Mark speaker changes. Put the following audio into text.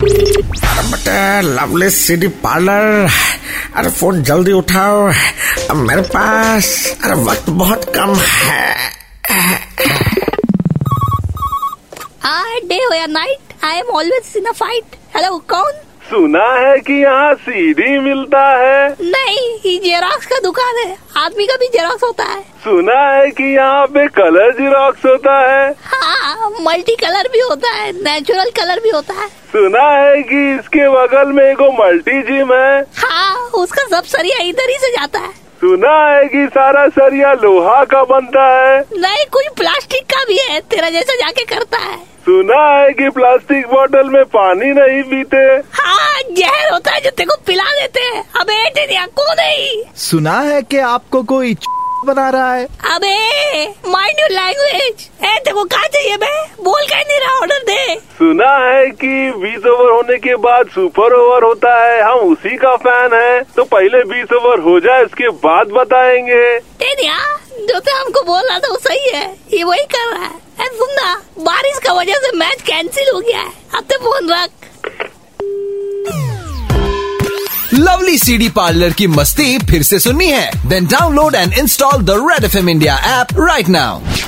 Speaker 1: अरे बटे lovely city parlour अरे फोन जल्दी उठाओ अब मेरे पास अरे वक्त बहुत कम है
Speaker 2: हाँ डे हो या night I am always in a fight hello कौन
Speaker 3: सुना है कि यहाँ सीढ़ी मिलता है
Speaker 2: नहीं ये जेरॉक्स का दुकान है आदमी का भी जेरॉक्स होता है
Speaker 3: सुना है कि यहाँ पे कलर जिरोक्स होता है
Speaker 2: हाँ मल्टी कलर भी होता है नेचुरल कलर भी होता है
Speaker 3: सुना है कि इसके बगल में एगो मल्टी जिम है
Speaker 2: हाँ उसका सब सरिया इधर ही से जाता है
Speaker 3: सुना है कि सारा सरिया लोहा का बनता है
Speaker 2: नहीं कुछ प्लास्टिक का भी है तेरा जैसा जाके करता है
Speaker 3: सुना है कि प्लास्टिक बोतल में पानी नहीं पीते
Speaker 2: हाँ जहर होता है जो तेरे को पिला देते हैं अबे टेनिया को नहीं
Speaker 4: सुना है कि आपको कोई बना रहा है
Speaker 2: अबे माइंड योर लैंग्वेज ए तेरे को कहा चाहिए बे बोल कहीं नहीं रहा ऑर्डर दे
Speaker 3: सुना है कि 20 ओवर होने के बाद सुपर ओवर होता है हम उसी का फैन है तो पहले 20 ओवर हो जाए उसके बाद बताएंगे
Speaker 2: टेनिया जो तो हमको बोल रहा था वो सही है ये वही कर रहा है ए, सुन ना बारिश का वजह से मैच कैंसिल हो गया है अब तो फोन रख
Speaker 5: लवली सीडी पार्लर की मस्ती फिर से सुननी है then download and install the red F India app right now